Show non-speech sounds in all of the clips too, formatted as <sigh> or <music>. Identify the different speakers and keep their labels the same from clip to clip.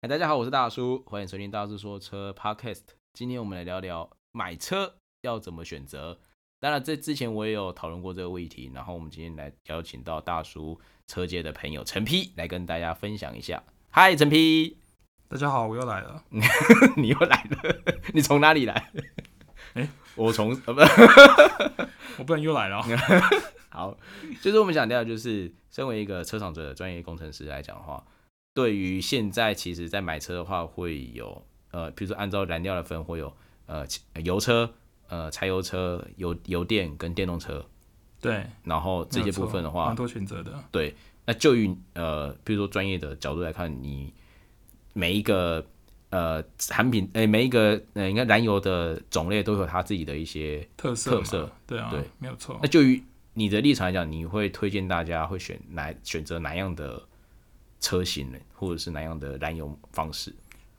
Speaker 1: 嗨，大家好，我是大叔，欢迎收听大叔说车 Podcast。今天我们来聊聊买车要怎么选择。当然，这之前我也有讨论过这个问题，然后我们今天来邀请到大叔车界的朋友陈 P 来跟大家分享一下。嗨，陈 P， <laughs>
Speaker 2: 大家好，我又来了。
Speaker 1: 你又来了，你从哪里来？
Speaker 2: 诶
Speaker 1: 我从呃不
Speaker 2: 我不能又
Speaker 1: <laughs>
Speaker 2: 来了哦。
Speaker 1: 好， <laughs> 就是我们想聊，就是身为一个车厂的专业工程师来讲的话，对于现在其实在买车的话，会有呃，比如说按照燃料来分，会有呃汽油车、呃柴油车、油油电跟电动车，
Speaker 2: 对，
Speaker 1: 然后这些部分的
Speaker 2: 没有错
Speaker 1: 话
Speaker 2: 蛮，多选择的。
Speaker 1: 对，那就于呃，比如说专业的角度来看，你每一个呃产品，哎、每一个呃应该燃油的种类都有它自己的一些
Speaker 2: 特色嘛
Speaker 1: 特色，
Speaker 2: 对啊，
Speaker 1: 对，哎
Speaker 2: 没有错
Speaker 1: 那。就于你的立场来讲，你会推荐大家会选哪选择哪样的车型呢，或者是哪样的燃油方式？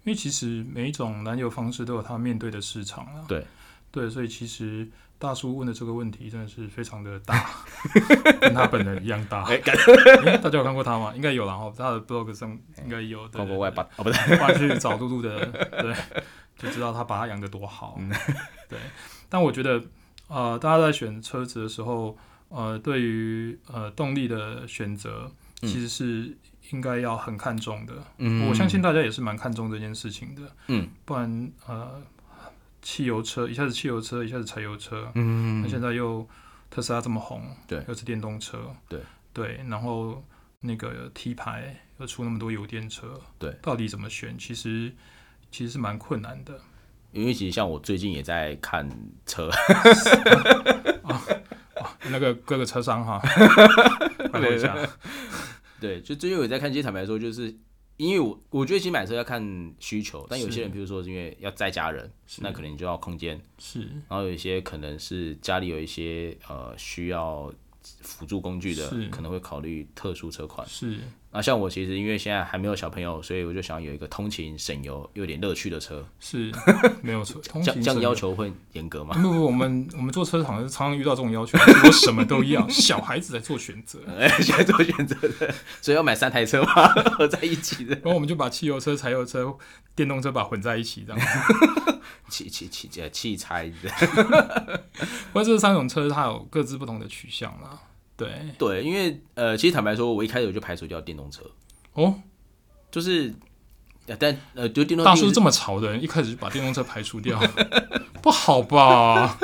Speaker 2: 因为其实每一种燃油方式都有它面对的市场啊。
Speaker 1: 对，
Speaker 2: 对，所以其实大叔问的这个问题真的是非常的大， <laughs> 跟他本人一样大。
Speaker 1: <laughs> 哎感
Speaker 2: <laughs> 诶大家有看过他吗？应该有啦，然后他的 blog 上应该有。对
Speaker 1: 逛过外八哦，不是，
Speaker 2: 话去找露露的，对，就知道他把它养得多好。
Speaker 1: 嗯
Speaker 2: 对，但我觉得，呃，大家在选车子的时候，呃，对于呃动力的选择，
Speaker 1: 嗯
Speaker 2: 其实是应该要很看重的。
Speaker 1: 嗯
Speaker 2: 我相信大家也是蛮看重这件事情的。
Speaker 1: 嗯，
Speaker 2: 不然呃，汽油车一下子汽油车，一下子柴油车，
Speaker 1: 嗯
Speaker 2: 那现在又特斯拉这么红，
Speaker 1: 对
Speaker 2: 又是电动车，
Speaker 1: 对
Speaker 2: 对，然后那个 T 牌又出那么多油电车，
Speaker 1: 对，
Speaker 2: 到底怎么选？其实其实是蛮困难的。
Speaker 1: 因为其实像我最近也在看车， <laughs>
Speaker 2: 那个各个车商
Speaker 1: <laughs>
Speaker 2: 哈，拜托一下，
Speaker 1: 对，就最近我也在看。其实坦白说，就是因为我我觉得其实买车要看需求，但有些人
Speaker 2: 是
Speaker 1: 比如说是因为要在家人，
Speaker 2: 是
Speaker 1: 那可能就要空间，
Speaker 2: 是
Speaker 1: 然后有一些可能是家里有一些呃需要辅助工具的
Speaker 2: 是，
Speaker 1: 可能会考虑特殊车款。
Speaker 2: 是
Speaker 1: 那像我其实因为现在还没有小朋友，所以我就想有一个通勤省油、有点乐趣的车。
Speaker 2: 是，没
Speaker 1: <laughs>
Speaker 2: 有错。通
Speaker 1: 这
Speaker 2: 勤
Speaker 1: 样这样
Speaker 2: 是
Speaker 1: 要求会严格吗？ <laughs>
Speaker 2: 不不，不我们我们做车厂常常遇到这种要求，就是我什么都要，小孩子在做选择，
Speaker 1: 哎，现在做选择的，所以要买三台车吗？ <laughs> 合在一起的，
Speaker 2: 然后我们就把汽油车、柴油车、电动车把它混在一起，这样。
Speaker 1: 器器器呃器材的。
Speaker 2: 或者这三种车它有各自不同的取向啦。对，
Speaker 1: 对，因为呃，其实坦白说，我一开始我就排除掉电动车，
Speaker 2: 哦，
Speaker 1: 就是，呃但呃，就电动
Speaker 2: 大叔这
Speaker 1: 么
Speaker 2: 么潮的人，一开始就把电动车排除掉，不好吧？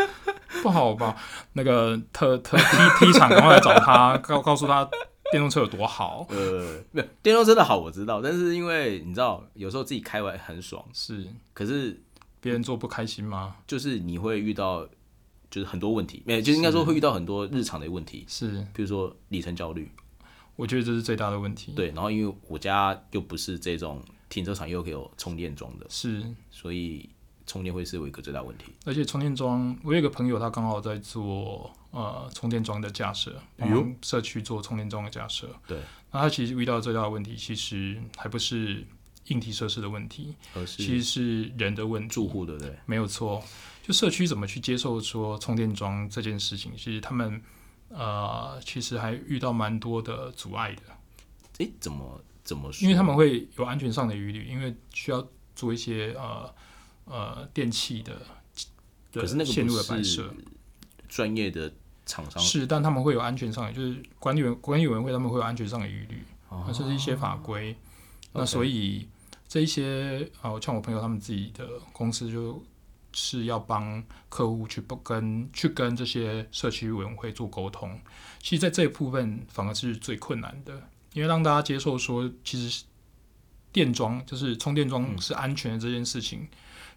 Speaker 2: 不好吧？那个特特 T T 厂赶快来找他，告告诉他电动车有多好。
Speaker 1: 呃，没有电动车的好我知道，但是因为你知道，有时候自己开完很爽，
Speaker 2: 是
Speaker 1: 可是
Speaker 2: 别人做不开心吗？
Speaker 1: 就是你会遇到就是很多问题，没有，就是应该说会遇到很多日常的问题，
Speaker 2: 是，
Speaker 1: 比如说里程焦虑。
Speaker 2: 我觉得这是最大的问题。，
Speaker 1: 对，然后因为我家又不是这种停车场又可以有充电桩的，
Speaker 2: 是。
Speaker 1: 所以充电会是我一个最大问题。
Speaker 2: 而且充电桩，我有一个朋友，他刚好在做呃充电桩的架设，
Speaker 1: 哎
Speaker 2: 帮
Speaker 1: 呦
Speaker 2: 忙社区做充电桩的架设。
Speaker 1: 对，
Speaker 2: 那他其实遇到最大的问题，其实还不是硬体设施的问题，
Speaker 1: 而
Speaker 2: 其
Speaker 1: 是
Speaker 2: 实是人的问题。
Speaker 1: 住户对不对？
Speaker 2: 没有错，就社区怎么去接受说充电桩这件事情，其实他们呃其实还遇到蛮多的阻碍的，
Speaker 1: 诶，怎么怎么说？
Speaker 2: 因为他们会有安全上的疑虑，因为需要做一些呃呃电器的
Speaker 1: 可是那个
Speaker 2: 的线路
Speaker 1: 不
Speaker 2: 的摆
Speaker 1: 是
Speaker 2: 设。
Speaker 1: 专业的厂商，
Speaker 2: 是，但他们会有安全上的，就是管理委管理委员会他们会有安全上的疑虑，那甚至一些法规。
Speaker 1: 哦
Speaker 2: 那
Speaker 1: OK
Speaker 2: 所以这一些呃，像我朋友他们自己的公司就是要帮客户去不跟去跟这些社区委员会做沟通。其实，在这一部分反而是最困难的，因为让大家接受说，其实是电桩就是充电
Speaker 1: 嗯
Speaker 2: 桩是安全的这件事情，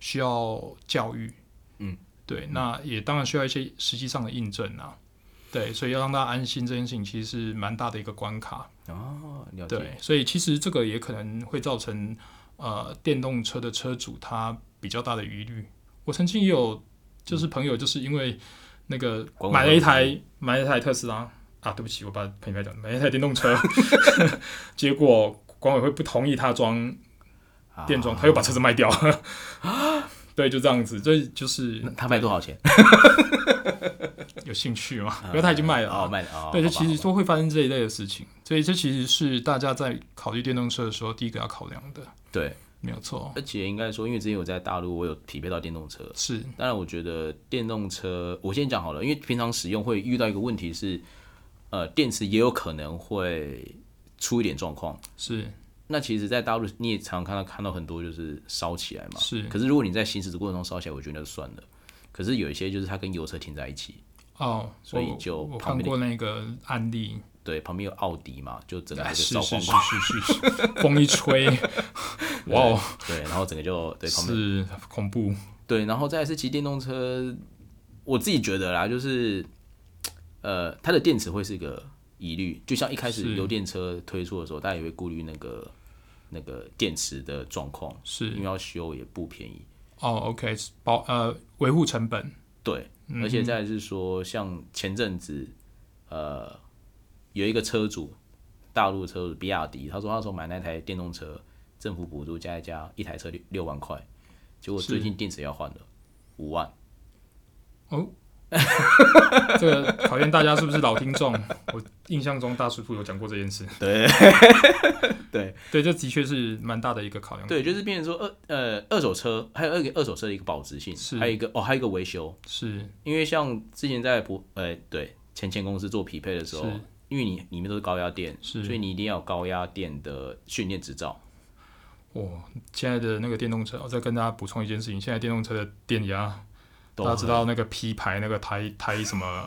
Speaker 2: 需要教育。
Speaker 1: 嗯，
Speaker 2: 对，那也当然需要一些实际上的印证啊。对，所以要让大家安心这件事情，其实是蛮大的一个关卡。
Speaker 1: 哦，了解。
Speaker 2: 对，所以其实这个也可能会造成呃电动车的车主他比较大的疑虑。我曾经也有就是朋友就是因为那个
Speaker 1: 嗯管委会
Speaker 2: 买了一台买了一台特斯拉啊，对不起，我把品牌讲买了一台电
Speaker 1: <laughs>
Speaker 2: 动车， <laughs> 结果管委会不同意他装
Speaker 1: 啊
Speaker 2: 电装，他又把车子卖掉了。
Speaker 1: <laughs>
Speaker 2: 对，就这样子，这就是
Speaker 1: 那他卖多少钱？
Speaker 2: 有兴趣嘛，因为它已经卖了啊。
Speaker 1: 哦，卖了哦。
Speaker 2: 对，
Speaker 1: 好
Speaker 2: 就
Speaker 1: 吧
Speaker 2: 其实
Speaker 1: 好吧
Speaker 2: 都会发生这一类的事情，所以这其实是大家在考虑电动车的时候第一个要考量的，
Speaker 1: 对，
Speaker 2: 没有错，
Speaker 1: 而且应该说，因为之前我在大陆，我有匹配到电动车。
Speaker 2: 是
Speaker 1: 当然，我觉得电动车，我先讲好了，因为平常使用会遇到一个问题是，呃，电池也有可能会出一点状况。
Speaker 2: 是
Speaker 1: 那其实，在大陆你也常常看到看到很多就是烧起来嘛。
Speaker 2: 是
Speaker 1: 可是如果你在行驶的过程中烧起来，我觉得就算了。可是有一些就是它跟油车停在一起，
Speaker 2: 哦，
Speaker 1: 所以
Speaker 2: 我
Speaker 1: 就
Speaker 2: 我
Speaker 1: 旁
Speaker 2: 看
Speaker 1: 边的
Speaker 2: 过那个案例，
Speaker 1: 对，旁边有奥迪嘛，就整个
Speaker 2: 啊
Speaker 1: 就是烧
Speaker 2: 是
Speaker 1: 光
Speaker 2: 是
Speaker 1: 光。
Speaker 2: 是是是，风一
Speaker 1: <laughs>
Speaker 2: 吹，哇哦，
Speaker 1: 对，然后整个就
Speaker 2: <laughs>
Speaker 1: 对旁边
Speaker 2: 是恐怖，
Speaker 1: 对，然后再来是骑电动车，我自己觉得啦，就是呃，它的电池会是一个疑虑，就像一开始
Speaker 2: 是
Speaker 1: 油电车推出的时候，大家也会顾虑那个那个电池的状况，
Speaker 2: 是
Speaker 1: 因为要修也不便宜。
Speaker 2: 哦，OK，是保呃维护成本
Speaker 1: 对，
Speaker 2: 嗯
Speaker 1: 而且再来是说，像前阵子呃，有一个车主，大陆车主比亚迪，他说他那时候买那台电动车，政府补助加一加，一台车六六万块，结果最
Speaker 2: 是
Speaker 1: 近电池要换了五万。
Speaker 2: 哦。这个考验大家是不是老听众？ <laughs> 我印象中大师傅有讲过这件事。 <laughs>
Speaker 1: 对，对。
Speaker 2: 对，这的确是蛮大的一个考量。
Speaker 1: 对，就是变成说二呃二手车，还有二个二手车的一个保值性，
Speaker 2: 是
Speaker 1: 还有一个哦，还有一个维修，
Speaker 2: 是
Speaker 1: 因为像之前在普呃对前前公司做匹配的时候
Speaker 2: 是，
Speaker 1: 因为你里面都是高压电，
Speaker 2: 是
Speaker 1: 所以你一定要有高压电的训练执照，
Speaker 2: 哇，现在的那个电动车，我再跟大家补充一件事情，现在电动车的电压，
Speaker 1: 都
Speaker 2: 大家知道那个 P 牌那个胎胎什么？ <laughs>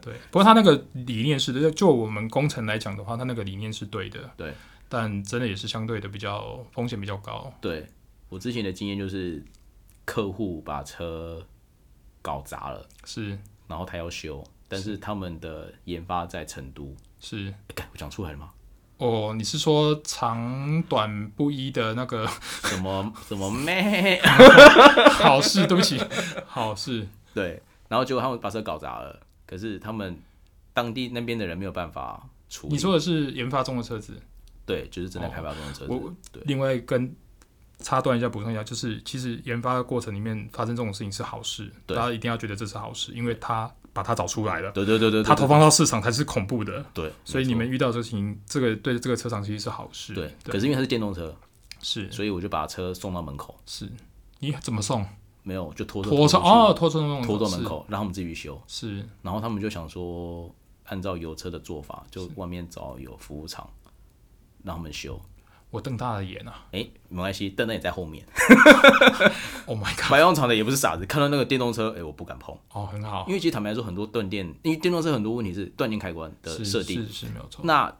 Speaker 2: 对，不过它那个理念是，就就我们工程来讲的话，它那个理念是对的。
Speaker 1: 对，
Speaker 2: 但真的也是相对的比较风险比较高。
Speaker 1: 对我之前的经验就是客户把车搞砸了，
Speaker 2: 是
Speaker 1: 然后他要修，但是他们的研发在成都，
Speaker 2: 是，
Speaker 1: 哎干我讲出来了吗？
Speaker 2: 哦，你是说长短不一的那个 <laughs>
Speaker 1: 什么什么 <laughs> 妹？
Speaker 2: 好事？对不起，好事
Speaker 1: 对，然后结果他们把车搞砸了，可是他们当地那边的人没有办法处理。
Speaker 2: 你说的是研发中的车子。
Speaker 1: 对，就是正在开发中的车子。
Speaker 2: 哦我
Speaker 1: 对
Speaker 2: 另外跟插断一下，补充一下，就是其实研发的过程里面发生这种事情是好事，
Speaker 1: 对
Speaker 2: 大家一定要觉得这是好事，因为他把它找出来了，
Speaker 1: 对对对对，对
Speaker 2: 他投放到市场才是恐怖的，
Speaker 1: 对，
Speaker 2: 所以你
Speaker 1: 没
Speaker 2: 们遇到这个事情，这个对这个车厂其实是好事，
Speaker 1: 错对，可是因为它是电动车，
Speaker 2: 是
Speaker 1: 所以我就把车送到门口，
Speaker 2: 是，你怎么送？
Speaker 1: 没有就拖着
Speaker 2: 拖车
Speaker 1: 出去
Speaker 2: 哦，，拖车弄
Speaker 1: 拖到门口，让他们自己去修。
Speaker 2: 是是
Speaker 1: 然后他们就想说，按照油车的做法，就外面找有服务厂让他们修。
Speaker 2: 我瞪大了眼啊
Speaker 1: 哎，没关系，邓邓也在后
Speaker 2: <laughs>
Speaker 1: 面。
Speaker 2: ，Oh my <laughs> god！
Speaker 1: 白用厂的也不是傻子，看到那个电动车，哎，我不敢碰。
Speaker 2: 哦，很好，
Speaker 1: 因为其实坦白说，很多断电，因为电动车很多问题是断电开关的
Speaker 2: 是
Speaker 1: 设定，
Speaker 2: 是是没有错，
Speaker 1: 那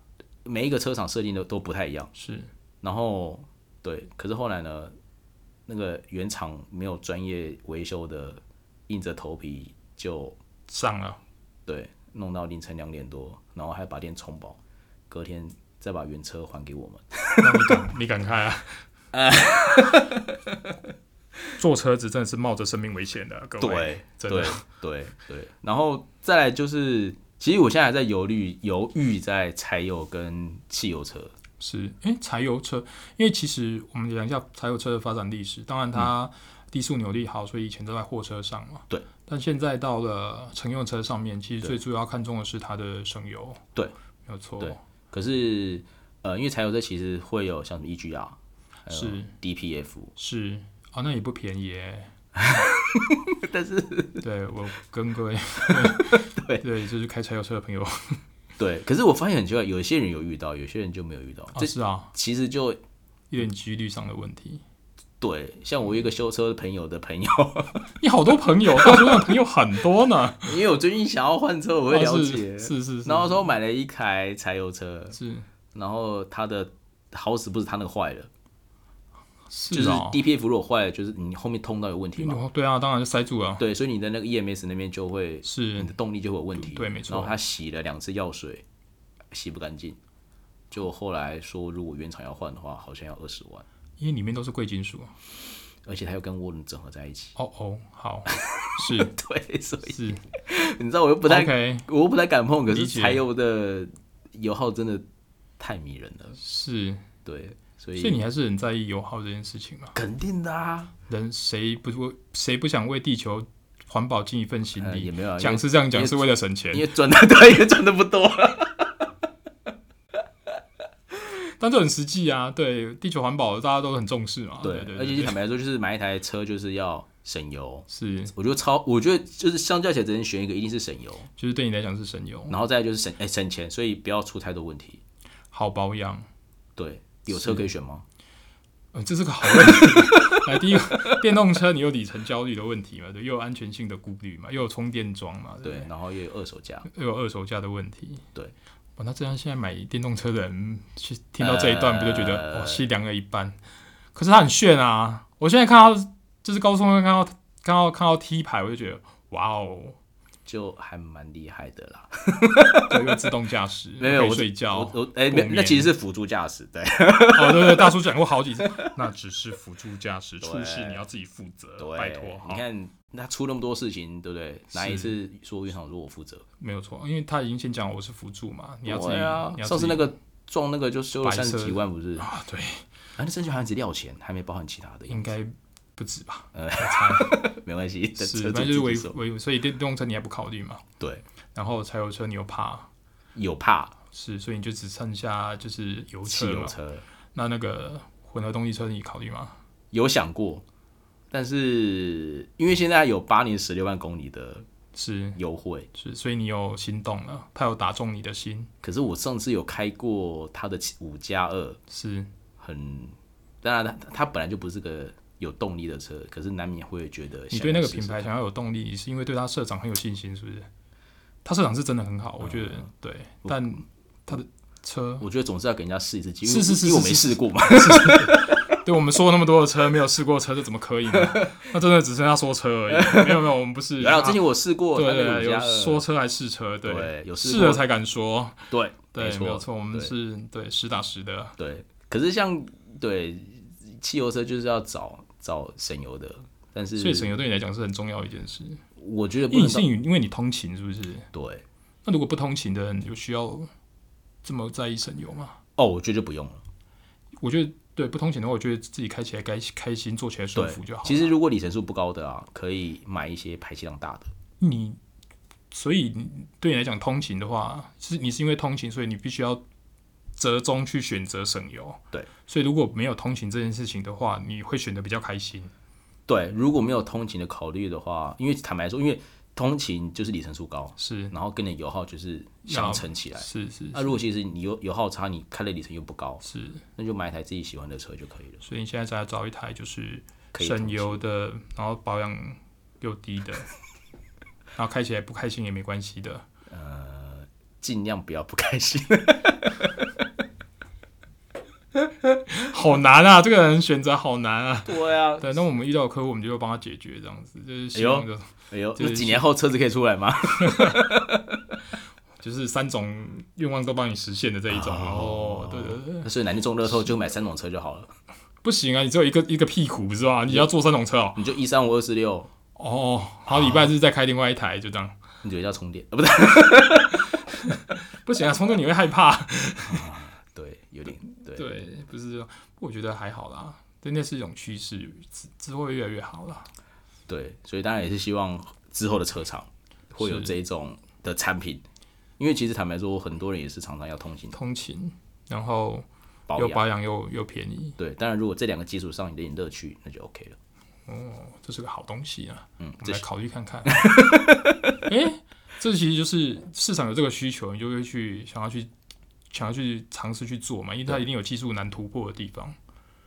Speaker 1: 每一个车厂设定的都不太一样。
Speaker 2: 是
Speaker 1: 然后对，可是后来呢，那个原厂没有专业维修的，硬着头皮就
Speaker 2: 上了。 <laughs>
Speaker 1: 对弄到凌晨两点多，然后还把电充饱，隔天再把原车还给我们。
Speaker 2: 那你敢你敢
Speaker 1: <laughs>
Speaker 2: 开啊？坐车子真的是冒着生命危险的，各位。
Speaker 1: 对，
Speaker 2: 真的
Speaker 1: 对对对，然后再来就是，其实我现在还在犹豫犹豫在柴油跟汽油车。
Speaker 2: 是，哎、柴油车，因为其实我们讲一下柴油车的发展历史，当然它低速扭力好，所以以前都在货车上嘛。
Speaker 1: 嗯对。
Speaker 2: 但现在到了乘用车上面，其实最主要看重的是它的省油。
Speaker 1: 对，
Speaker 2: 没有错。
Speaker 1: 对可是呃，因为柴油车其实会有像什么 EGR，还有
Speaker 2: 是
Speaker 1: DPF，
Speaker 2: 是啊，那也不便宜耶。
Speaker 1: <laughs>
Speaker 2: 但是，对我跟各位，
Speaker 1: <laughs> 对
Speaker 2: 对，就是开柴油车的朋友，啊、
Speaker 1: 对，可是我发现很奇怪，有些人有遇到，有些人就没有遇到。这
Speaker 2: 是啊，
Speaker 1: 其实就
Speaker 2: 有点几率上的问题。
Speaker 1: 对，像我一个修车的朋友的朋友， <laughs>
Speaker 2: 你好多朋友，大叔的朋友很多呢。
Speaker 1: 因为我最近想要换车， <laughs> 我会了解。
Speaker 2: 哦是是是是，
Speaker 1: 然后说买了一台柴油车，
Speaker 2: 是
Speaker 1: 然后它的好死不是它那个坏了，就是是
Speaker 2: 哦，
Speaker 1: DPF 如果坏了，就是你后面通道有问题嘛。
Speaker 2: 哦对啊，当然是塞住了，
Speaker 1: 对，所以你的那个 EMS 那边就会，你
Speaker 2: 是
Speaker 1: 的动力就会有问题。
Speaker 2: 对没错
Speaker 1: 然后他洗了两次药水，洗不干净，就后来说如果原厂要换的话，好像要二十万，
Speaker 2: 因为里面都是贵金属。啊
Speaker 1: 而且它又跟涡轮整合在一起。 <laughs>
Speaker 2: 哦哦，好，是
Speaker 1: 对，所以
Speaker 2: 是
Speaker 1: 你知道我又不太
Speaker 2: OK，
Speaker 1: 我又不太敢碰，可是
Speaker 2: 理解
Speaker 1: 柴油的油耗真的太迷人了，
Speaker 2: 是，
Speaker 1: 对，所
Speaker 2: 所
Speaker 1: 以
Speaker 2: 以你还是很在意油耗这件事情嘛？
Speaker 1: 肯定的啊，
Speaker 2: 人谁不为谁不想为地球环保尽一份心
Speaker 1: 呃也
Speaker 2: 力。
Speaker 1: 没有啊，因
Speaker 2: 讲
Speaker 1: 为
Speaker 2: 是这样讲，
Speaker 1: 也
Speaker 2: 是为了省钱
Speaker 1: 因，为赚的 <laughs> 对，因为赚的不多。
Speaker 2: 但这很实际啊。对，地球环保大家都很重视嘛。对对，
Speaker 1: 而且
Speaker 2: 对
Speaker 1: 就坦白说，就是买一台车就是要省油。
Speaker 2: 是，
Speaker 1: 我觉得超，我觉得就是相较起来，只能选一个，一定是省油，
Speaker 2: 就是对你来讲是省油，
Speaker 1: 然后再来就是省哎、省钱，所以不要出太多问题。
Speaker 2: 好保养。
Speaker 1: 对，有车可以选吗？
Speaker 2: 呃，这是个好
Speaker 1: <laughs>
Speaker 2: 问题。来，第一个，电动车你有里程焦虑的问题嘛？对，又有安全性的顾虑嘛，又有充电桩嘛，对不对
Speaker 1: 对，然后又有二手价，
Speaker 2: 又有二手价的问题。
Speaker 1: 对，
Speaker 2: 哇，那这样现在买电动车的人去听到这一段，不就觉得
Speaker 1: 呃
Speaker 2: 哦，西凉了一半？可是它很炫啊！我现在看到就是高速公路看到看到看到 T 牌，我就觉得哇哦，
Speaker 1: 就还蛮厉害的啦。
Speaker 2: 对，又自动驾驶，
Speaker 1: <laughs> 没有
Speaker 2: 可以
Speaker 1: 我
Speaker 2: 睡觉，
Speaker 1: 我
Speaker 2: 哦，
Speaker 1: 我哎、那
Speaker 2: 共
Speaker 1: 那
Speaker 2: 眠
Speaker 1: 其实是辅助驾驶，对
Speaker 2: 对对，大叔讲过好几次，那只是辅助驾驶，
Speaker 1: 对
Speaker 2: 出事你要自己负责，
Speaker 1: 对。
Speaker 2: 拜托，好
Speaker 1: 你看那出那么多事情，对不对？哪一次说原厂说我负责？
Speaker 2: 没有错，因为他已经先讲我是辅助嘛，你要自己，
Speaker 1: 对啊
Speaker 2: 你要自己
Speaker 1: 上次那个撞那个就修了
Speaker 2: 白色
Speaker 1: 三十几万，不是？啊，
Speaker 2: 啊，对，
Speaker 1: 那剩下好像只料钱，还没包含其他的，
Speaker 2: 应该不止吧？
Speaker 1: 呃没关系。 <laughs> 等
Speaker 2: 是，
Speaker 1: 车主
Speaker 2: 那就是
Speaker 1: 自己
Speaker 2: 维
Speaker 1: 说
Speaker 2: 维，所以电动车你还不考虑嘛？
Speaker 1: 对，
Speaker 2: 然后柴油车你又怕，
Speaker 1: 有怕
Speaker 2: 是，所以你就只剩下就是油
Speaker 1: 汽
Speaker 2: 车
Speaker 1: 油
Speaker 2: 嘛。
Speaker 1: 车
Speaker 2: 那那个混合动力车你考虑吗？
Speaker 1: 有想过，但是因为现在有八年十六万公里的
Speaker 2: 是
Speaker 1: 优惠，
Speaker 2: 是，所以你有心动了，它有打中你的心，
Speaker 1: 可是我上次有开过它的五加二，
Speaker 2: 是
Speaker 1: 很当然它它本来就不是个有动力的车，可是难免会觉得
Speaker 2: 你
Speaker 1: 想
Speaker 2: 对那
Speaker 1: 要
Speaker 2: 个
Speaker 1: 试
Speaker 2: 品
Speaker 1: 试
Speaker 2: 牌
Speaker 1: 看
Speaker 2: 想要有动力，是因为对它社长很有信心，是不是？他社长是真的很好，我觉得
Speaker 1: 嗯
Speaker 2: 对，但他的车
Speaker 1: 我觉得总是要给人家试一次机会，
Speaker 2: 是是是
Speaker 1: 因为我
Speaker 2: 是
Speaker 1: 没
Speaker 2: 是
Speaker 1: 试过嘛。
Speaker 2: 对我们说了那么多的车，没有试过车，这怎么可以呢？那真的只剩下说车而已。没有没有，我们不是。
Speaker 1: <laughs>
Speaker 2: 啊
Speaker 1: 然后之前我试过，
Speaker 2: 对
Speaker 1: 它那
Speaker 2: 对
Speaker 1: 个
Speaker 2: 对，
Speaker 1: 五加
Speaker 2: 有
Speaker 1: 二
Speaker 2: 说车还试车，
Speaker 1: 对有试
Speaker 2: 试
Speaker 1: 过
Speaker 2: 了才敢说。
Speaker 1: 对
Speaker 2: 对，没有错，我们
Speaker 1: 对
Speaker 2: 是对实打实的。
Speaker 1: 对，可是像对汽油车就是要找找省油的，但是
Speaker 2: 所以省油对你来讲是很重要的一件事，
Speaker 1: 我觉得不
Speaker 2: 因
Speaker 1: 能
Speaker 2: 为你是因为你通勤是不是？
Speaker 1: 对
Speaker 2: 那如果不通勤的人有需要这么在意省油吗？
Speaker 1: 哦，我觉得就不用了。
Speaker 2: 我觉得对不通勤的话，我觉得自己开起来开开心，坐起来舒
Speaker 1: 对
Speaker 2: 服就好了。
Speaker 1: 其实如果里程数不高的啊，可以买一些排气量大的。
Speaker 2: 你，所以你对你来讲，通勤的话，是你是因为通勤，所以你必须要折中去选择省油。
Speaker 1: 对，
Speaker 2: 所以如果没有通勤这件事情的话，你会选得比较开心。
Speaker 1: 对，如果没有通勤的考虑的话，因为坦白说，因为通勤就是里程数高，
Speaker 2: 是
Speaker 1: 然后跟你油耗就是相乘起来。
Speaker 2: 是是
Speaker 1: 那、如果其实你油油耗差，你开的里程又不高，
Speaker 2: 是，
Speaker 1: 那就买一台自己喜欢的车就可以了。
Speaker 2: 所以你现在在找一台就是
Speaker 1: 可以通
Speaker 2: 省
Speaker 1: 勤
Speaker 2: 油的，然后保养又低的， <laughs> 然后开起来不开心也没关系的。 <laughs>
Speaker 1: 尽量不要不开心。
Speaker 2: 好难啊，这个人选择好难啊。
Speaker 1: <laughs> 对啊，
Speaker 2: 对，那我们遇到的客户，我们就会帮他解决这样子，就是希
Speaker 1: 哎呦
Speaker 2: 望就是
Speaker 1: 哎呦，
Speaker 2: 就
Speaker 1: 那
Speaker 2: 是
Speaker 1: 几年后车子可以出来吗？
Speaker 2: 就是三种愿望都帮你实现的这一种。哦，对对对，
Speaker 1: 那所以男定中乐透就买三种车就好了，
Speaker 2: 不行啊，你只有一个一个屁股是吧？你要坐三种车哦。
Speaker 1: 你就一三五二四六，
Speaker 2: 哦，好，礼拜日再开另外一台，就这样。
Speaker 1: 你觉得要充电？啊，不对，
Speaker 2: 不行啊，冲动你会害怕。
Speaker 1: 对，有点 <laughs> 对，
Speaker 2: 对，不是这样，我觉得还好啦，真的是一种趋势，之之后会越来越好啦。
Speaker 1: 对，所以当然也是希望之后的车厂会有
Speaker 2: 是
Speaker 1: 这一种的产品，因为其实坦白说，很多人也是常常要通勤
Speaker 2: 通勤，然后
Speaker 1: 保
Speaker 2: 又
Speaker 1: 养。
Speaker 2: 保养又又便宜，
Speaker 1: 对，当然如果这两个基础上有点乐趣，那就 OK 了。
Speaker 2: 这是个好东西啊。
Speaker 1: 嗯，
Speaker 2: 我
Speaker 1: 这
Speaker 2: 们来
Speaker 1: 是
Speaker 2: 考虑看 <laughs> 看。哎、这其实就是市场有这个需求，你就会去想要去想要去尝试去做嘛，因为它一定有技术难突破的地方。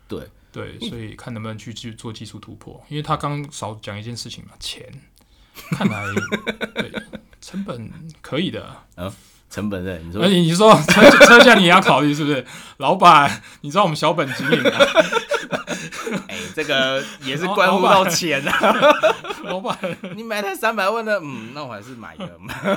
Speaker 1: 对嗯
Speaker 2: 对，所以看能不能去去做技术突破。因为他刚少讲一件事情嘛，钱，看
Speaker 1: <laughs>
Speaker 2: 来对成本可以的。
Speaker 1: 成本对，你说
Speaker 2: 而
Speaker 1: <laughs>
Speaker 2: 且你说车车价你也要考虑是不是？老板，你知道我们小本经营啊， <laughs>
Speaker 1: 哎、这个也是
Speaker 2: 老
Speaker 1: 关乎
Speaker 2: 老
Speaker 1: 到
Speaker 2: 板
Speaker 1: 钱啊。
Speaker 2: 老板
Speaker 1: <laughs> 你买台三百万的，嗯，那我还是买个。 <laughs>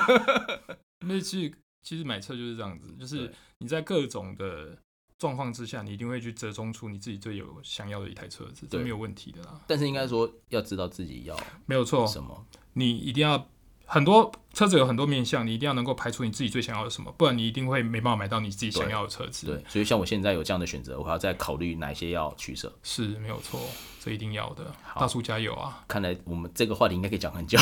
Speaker 2: 那其实其实买车就是这样子，就是
Speaker 1: 对
Speaker 2: 你在各种的状况之下，你一定会去折中出你自己最有想要的一台车子，这
Speaker 1: 对
Speaker 2: 没有问题的啦，
Speaker 1: 但是应该说要知道自己要
Speaker 2: 没有错。
Speaker 1: 什么，
Speaker 2: 你一定要很多车子有很多面向，你一定要能够排除你自己最想要的什么，不然你一定会没办法买到你自己想要的车子。
Speaker 1: 对，所以像我现在有这样的选择，我还要再考虑哪些要取舍。
Speaker 2: 是没有错，这一定要的。大叔加油啊！
Speaker 1: 看来我们这个话题应该可以讲
Speaker 2: <laughs>
Speaker 1: 很久，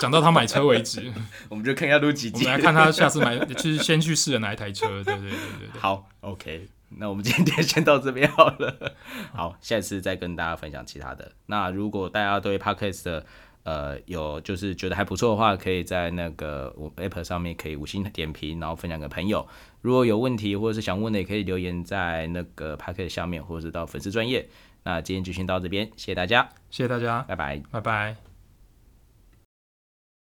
Speaker 2: 讲到他买车
Speaker 1: <laughs>
Speaker 2: 为止，
Speaker 1: 我们就看一下录几
Speaker 2: 我
Speaker 1: 集
Speaker 2: 们。来看他下次买，就是先去试了哪一台车。对对对对对。
Speaker 1: 好，OK，那我们今天先到这边好了。 <laughs> 好，下次再跟大家分享其他的。那如果大家对 Podcast 的呃有就是觉得还不错的话，可以在那个我 App 上面可以五星点评，然后分享给朋友。如果有问题或者是想问的，也可以留言在那个 Podcast 下面，或者是到粉丝专业。那今天就先到这边，谢谢大家，
Speaker 2: 谢谢大家，
Speaker 1: 拜拜。
Speaker 2: 拜拜。